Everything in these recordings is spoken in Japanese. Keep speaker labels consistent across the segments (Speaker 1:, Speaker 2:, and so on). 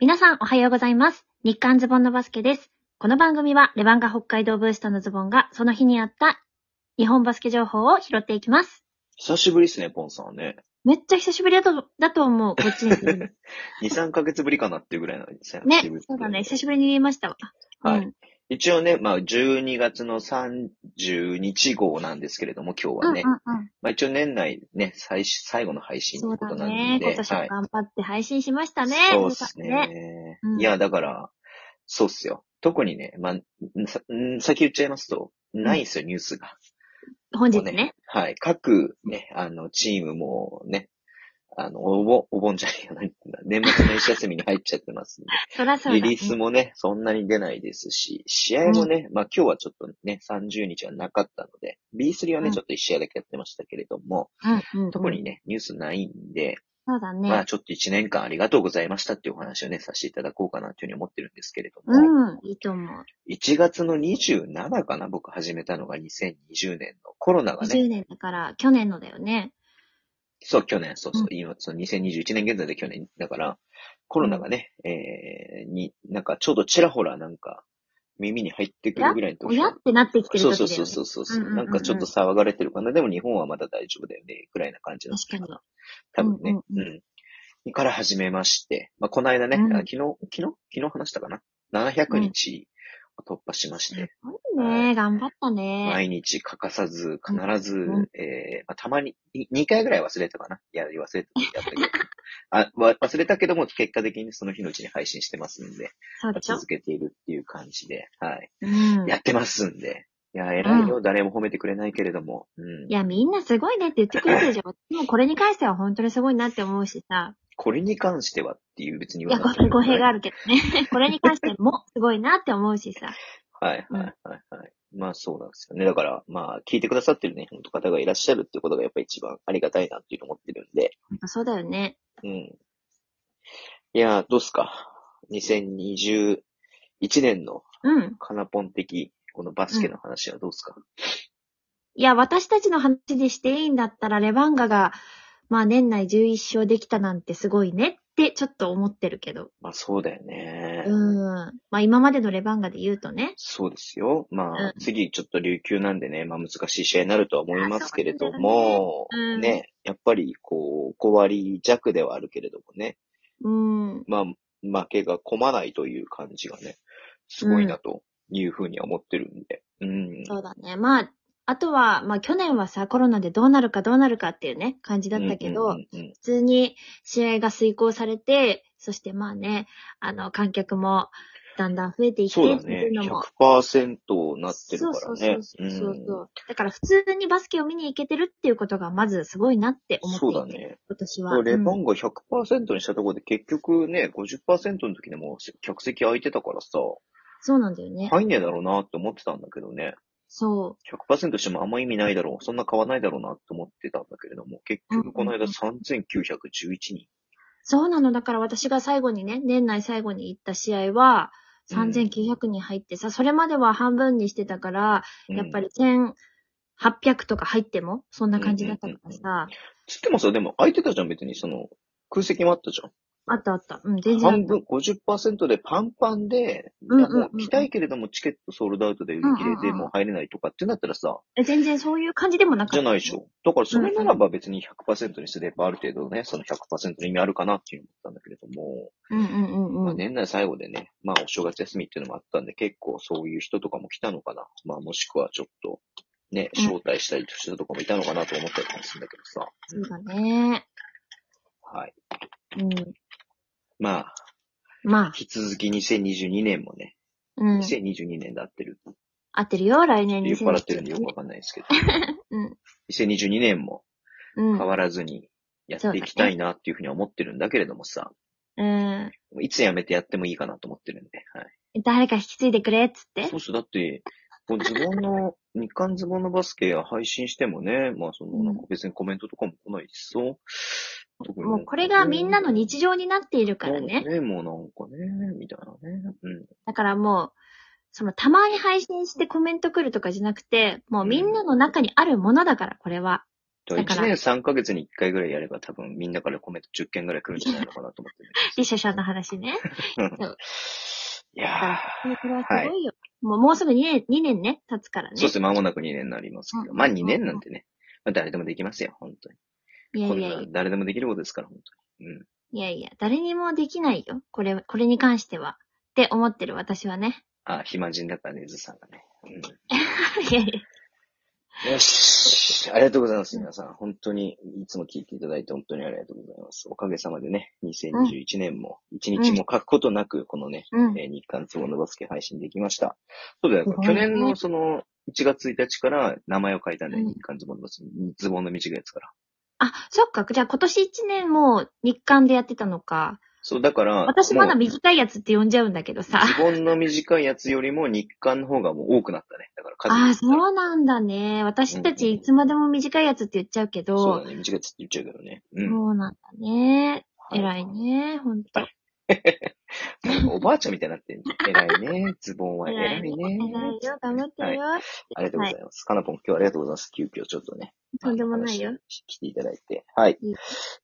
Speaker 1: 皆さんおはようございます。日刊ズボンのバスケです。この番組はレバンガ北海道ブーストのズボンがその日にあった日本バスケ情報を拾っていきます。
Speaker 2: 久しぶりっすね、ポンさんね。
Speaker 1: めっちゃ久しぶりだと、だと思う。こっちに来るの。
Speaker 2: 2、3ヶ月ぶりかなっていうぐらいなんです
Speaker 1: ね。そうだね。久しぶりに言いましたわ。
Speaker 2: はい
Speaker 1: うん
Speaker 2: 一応ね、まあ、12月の30日号なんですけれども、
Speaker 1: う
Speaker 2: 今日
Speaker 1: んう
Speaker 2: は
Speaker 1: ん
Speaker 2: ね。
Speaker 1: うん。
Speaker 2: まあ、一応年内ね、最終、最後の配信と
Speaker 1: そ
Speaker 2: いううこ
Speaker 1: だ
Speaker 2: となんで。
Speaker 1: ね。今年
Speaker 2: は。
Speaker 1: はい頑張って配信しましたね。
Speaker 2: そうですね。
Speaker 1: 皆さん。うん
Speaker 2: いや、だから、そうっすよ。特にね、まあ、んさん先言っちゃいますと、ないっすよ、ニュースが。
Speaker 1: 本日
Speaker 2: もう
Speaker 1: ね。
Speaker 2: はい。各、ね、あの、チームもね、あの、お盆、お盆じゃないや、年末年始休みに入っちゃってますんで
Speaker 1: そらそら。
Speaker 2: リリースもね、そんなに出ないですし、試合もね、まあ今日はちょっとね、30日はなかったので、B3 はね、
Speaker 1: うん
Speaker 2: ちょっと1試合だけやってましたけれども、
Speaker 1: うんうんうん。
Speaker 2: 特にね、ニュースないんで、
Speaker 1: そうだ
Speaker 2: まあ
Speaker 1: ね。
Speaker 2: ちょっと1年間ありがとうございましたっていうお話をね、させていただこうかなというふうに思ってるんですけれども、
Speaker 1: うん。いいと思う。
Speaker 2: 1月の27かな、僕始めたのが2020年のコロナがね、
Speaker 1: 20年だから、去年のだよね。、
Speaker 2: そう、去年、そうそううん今、その2021年現在で去年、だから、コロナがね、えー、に、なんかちょうどちらほらなんか、耳に入ってくるぐらいの
Speaker 1: お
Speaker 2: 時
Speaker 1: やってなってきてる時だ
Speaker 2: そ
Speaker 1: よ
Speaker 2: う
Speaker 1: ね。
Speaker 2: そうそうそうそう、
Speaker 1: うんうんうんうん
Speaker 2: なんかちょっと騒がれてるかな。でも日本はまだ大丈夫だよね。ぐらいな感じなんです
Speaker 1: 確
Speaker 2: 多分ね、
Speaker 1: うん
Speaker 2: うん
Speaker 1: う
Speaker 2: から始めまして。まあ、この間ね、
Speaker 1: うん
Speaker 2: あ昨日、昨日昨日話したかな。700日を突破しまして、
Speaker 1: すごいね。頑張ったね。
Speaker 2: 毎日欠かさず、必ず、
Speaker 1: んうん
Speaker 2: えーまあ、たまに、2回ぐらい忘れたかな。いや、忘れてやったけど。 あわ忘れたけども、結果的にその日のうちに配信してますんで、
Speaker 1: そうでしょ
Speaker 2: 続けているっていう感じで、はい。
Speaker 1: うん。
Speaker 2: やってますんで。いや、偉いよ。誰も褒めてくれないけれども。うん
Speaker 1: い。や、みんなすごいねって言ってくれてるじゃん。私もこれに関しては本当にすごいなって思うしさ。
Speaker 2: これに関してはっていう別に
Speaker 1: い
Speaker 2: 言わ
Speaker 1: や、こ
Speaker 2: なくて
Speaker 1: れ
Speaker 2: も
Speaker 1: 語弊があるけどね。 これに関してもすごいなって思うしさ。
Speaker 2: はい
Speaker 1: うん
Speaker 2: はいはいはいはい。まあそうなんですよね。だから、まあ聞いてくださってるね、本当方がいらっしゃるっていうことがやっぱ一番ありがたいなっていうのを思ってるんで。
Speaker 1: 本当そうだよね。
Speaker 2: うん。いやー、どうっすか。2021年の
Speaker 1: うん。
Speaker 2: カナポン的、このバスケの話はどうっすか、
Speaker 1: いや、私たちの話でしていいんだったら、レバンガが、まあ年内11勝できたなんてすごいねってちょっと思ってるけど。
Speaker 2: まあそうだよね。
Speaker 1: うん。まあ今までのレバンガで言うとね。
Speaker 2: そうですよ。まあ、
Speaker 1: う
Speaker 2: 次ちょっと琉球なんでね、まあ難しい試合になるとは思いますけれども、
Speaker 1: あそうなんだよねうん
Speaker 2: ね、やっぱりこう、5割弱ではあるけれどもね、
Speaker 1: うん。
Speaker 2: まあ、負けが込まないという感じがね、すごいなというふうには思ってるんで。うん。
Speaker 1: そうだね。まあ、あとは、まあ去年はさ、コロナでどうなるかどうなるかっていうね、感じだったけど、
Speaker 2: うんうんうん
Speaker 1: 普通に試合が遂行されて、そしてまあね、あの、観客もだんだん増えていって、
Speaker 2: そうだ
Speaker 1: ってい
Speaker 2: ね
Speaker 1: う。のも。
Speaker 2: 100%なってる
Speaker 1: そう
Speaker 2: か
Speaker 1: そ
Speaker 2: ら
Speaker 1: うそう
Speaker 2: ね。
Speaker 1: そうそうそうう。だから普通にバスケを見に行けてるっていうことがまずすごいなって思
Speaker 2: ん
Speaker 1: っていて。
Speaker 2: そうだ。ね。
Speaker 1: 今年は。
Speaker 2: レバ
Speaker 1: うん
Speaker 2: ンが100%にしたところで結局ね、50%の時でも客席空いてたからさ、
Speaker 1: そうなんだよね。
Speaker 2: 入んねえだろうなって思ってたんだけどね。
Speaker 1: そ
Speaker 2: 100%してもあんま意味ないだろう。そんな買わないだろうなって思ってたんだけれども、結局この間
Speaker 1: うん
Speaker 2: 3911人。
Speaker 1: う。そうなの。だから私が最後にね、年内最後に行った試合は、
Speaker 2: うん
Speaker 1: 3900人入ってさ、それまでは半分にしてたから、
Speaker 2: うん
Speaker 1: やっぱり1800とか入っても、そんな感じだったからさ、
Speaker 2: つってもさ、でも空いてたじゃん、別にその、空席もあったじゃん。
Speaker 1: あったあった。うん、全然あった
Speaker 2: 半分、50%でパンパンで、
Speaker 1: うんうんうん
Speaker 2: もう来たいけれどもチケットソールドアウトで売り切
Speaker 1: うんうん
Speaker 2: れ
Speaker 1: う
Speaker 2: で
Speaker 1: ん
Speaker 2: もう入れないとかってなったらさ、
Speaker 1: え全然そういう感じでもなかった。
Speaker 2: じゃないでし。ょ。だからそれならば別に100%にすればある程度ね、その100%の意味あるかなっていうの思ったんだけれども、
Speaker 1: うんうんうんう
Speaker 2: まあ
Speaker 1: ん。
Speaker 2: 年内最後でね、まあお正月休みっていうのもあったんで結構そういう人とかも来たのかな。まあもしくはちょっと、ね、
Speaker 1: うん
Speaker 2: 招待したりとした人とかもいたのかなと思ったりとかするんだけどさ。
Speaker 1: そうだね。
Speaker 2: はい。
Speaker 1: うん。
Speaker 2: まあ、
Speaker 1: まあ、
Speaker 2: 引き続き2022年もね、
Speaker 1: うん。
Speaker 2: 2022年で合ってる。
Speaker 1: 合ってるよ、来年
Speaker 2: 酔っ
Speaker 1: 2020
Speaker 2: 払ってるんでよくわかんないですけど。
Speaker 1: うん。
Speaker 2: 2022年も
Speaker 1: う
Speaker 2: 変
Speaker 1: ん。
Speaker 2: わらずにやっていきたいなっていうふうには思ってるんだけれどもさ、
Speaker 1: うん。
Speaker 2: いつ辞めてやってもいいかなと思ってるんで、はい。
Speaker 1: 誰か引き継いでくれ、っつって
Speaker 2: そ。うそう、だって、こうズボンの、日刊ズボンのバスケや配信してもね、まあその、なんか別にコメントとかも来ないしそう。特に
Speaker 1: もうこれがみんなの日常になっているからね。
Speaker 2: ね。もうなんかね、みたいなね。うん。
Speaker 1: だからもう、そのたまに配信してコメント来るとかじゃなくて、もうみんなの中にあるものだから、これは。
Speaker 2: だから
Speaker 1: だか
Speaker 2: 1
Speaker 1: ら
Speaker 2: 年3ヶ月に1回ぐらいやれば多分みんなからコメント10件ぐらい来るんじゃないのかなと思って
Speaker 1: リシャシャの話ね。
Speaker 2: る。いや
Speaker 1: これはすごいよ。もうもうすぐ2年、2年ね、経つからね。
Speaker 2: ー、そうですね、間もなく2年になりますけど、
Speaker 1: うん
Speaker 2: まあ2年なんてね、まあ誰でもできますよ、本当に。
Speaker 1: いや
Speaker 2: こん
Speaker 1: いやいや
Speaker 2: な、誰でもできることですから、本当に。うん。
Speaker 1: いやいや、誰にもできないよ。これ、これに関しては。って思ってる私はね。
Speaker 2: あ、暇人だからね、ずさんがね。うん
Speaker 1: いやいや。
Speaker 2: よし。ありがとうございます、皆さん。本当に、いつも聞いていただいて本当にありがとうございます。おかげさまでね、2021年も、一日も欠くことなく、このね、
Speaker 1: うん。
Speaker 2: えー日韓都合のバスケ配信できました。そうだよ、
Speaker 1: すごい
Speaker 2: 去
Speaker 1: ね
Speaker 2: 年のその、1月1日から名前を変えたんだよ、
Speaker 1: うん
Speaker 2: 日韓ズボンのバスケ、ズボンの道がやつから。
Speaker 1: あ、そっか。じゃあ今年1年もう日韓でやってたのか。
Speaker 2: そう、だから、
Speaker 1: 私まだ
Speaker 2: もう
Speaker 1: 短いやつって呼んじゃうんだけどさ。
Speaker 2: ズボンの短いやつよりも日韓の方がもう多くなったね。だから数
Speaker 1: ああ、
Speaker 2: う
Speaker 1: そうなんだね。私たちいつまでも短いやつって言っちゃうけ
Speaker 2: そう
Speaker 1: ど、
Speaker 2: だね、短いやつって言っちゃうけどね。うん。
Speaker 1: そうなんだね。
Speaker 2: はい
Speaker 1: 偉いね、ほんと。
Speaker 2: なんかおばあちゃんみたいになってんの偉いね。ズボンは偉いね。
Speaker 1: 偉いよ、頑張ってるよ。
Speaker 2: ありがとうございます。かなぽん、今日はありがとうございます。急遽ちょっとね。
Speaker 1: とんでもないよ
Speaker 2: あの。来ていただいて。はい。
Speaker 1: うん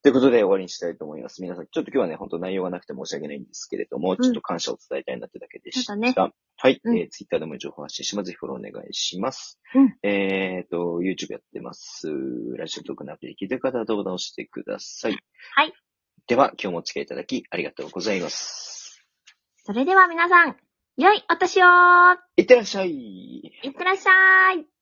Speaker 2: ということで終わりにしたいと思います。皆さん、ちょっと今日はね、本当内容がなくて申し訳ないんですけれども、
Speaker 1: ん
Speaker 2: ちょっと感謝を伝えたいなってだけでした。
Speaker 1: そうだね
Speaker 2: はい。
Speaker 1: うん
Speaker 2: えー、Twitter でも情報発信します。ぜひフォローお願いします。
Speaker 1: うん
Speaker 2: えーと、YouTube やってます。ラジオトークのアプリ聞いてる方はどうぞ押してください。
Speaker 1: はい。
Speaker 2: では、今日もお付き合いいただきありがとうございます。
Speaker 1: それでは皆さん、良いお年を
Speaker 2: いってらっしゃい。
Speaker 1: いってらっしゃい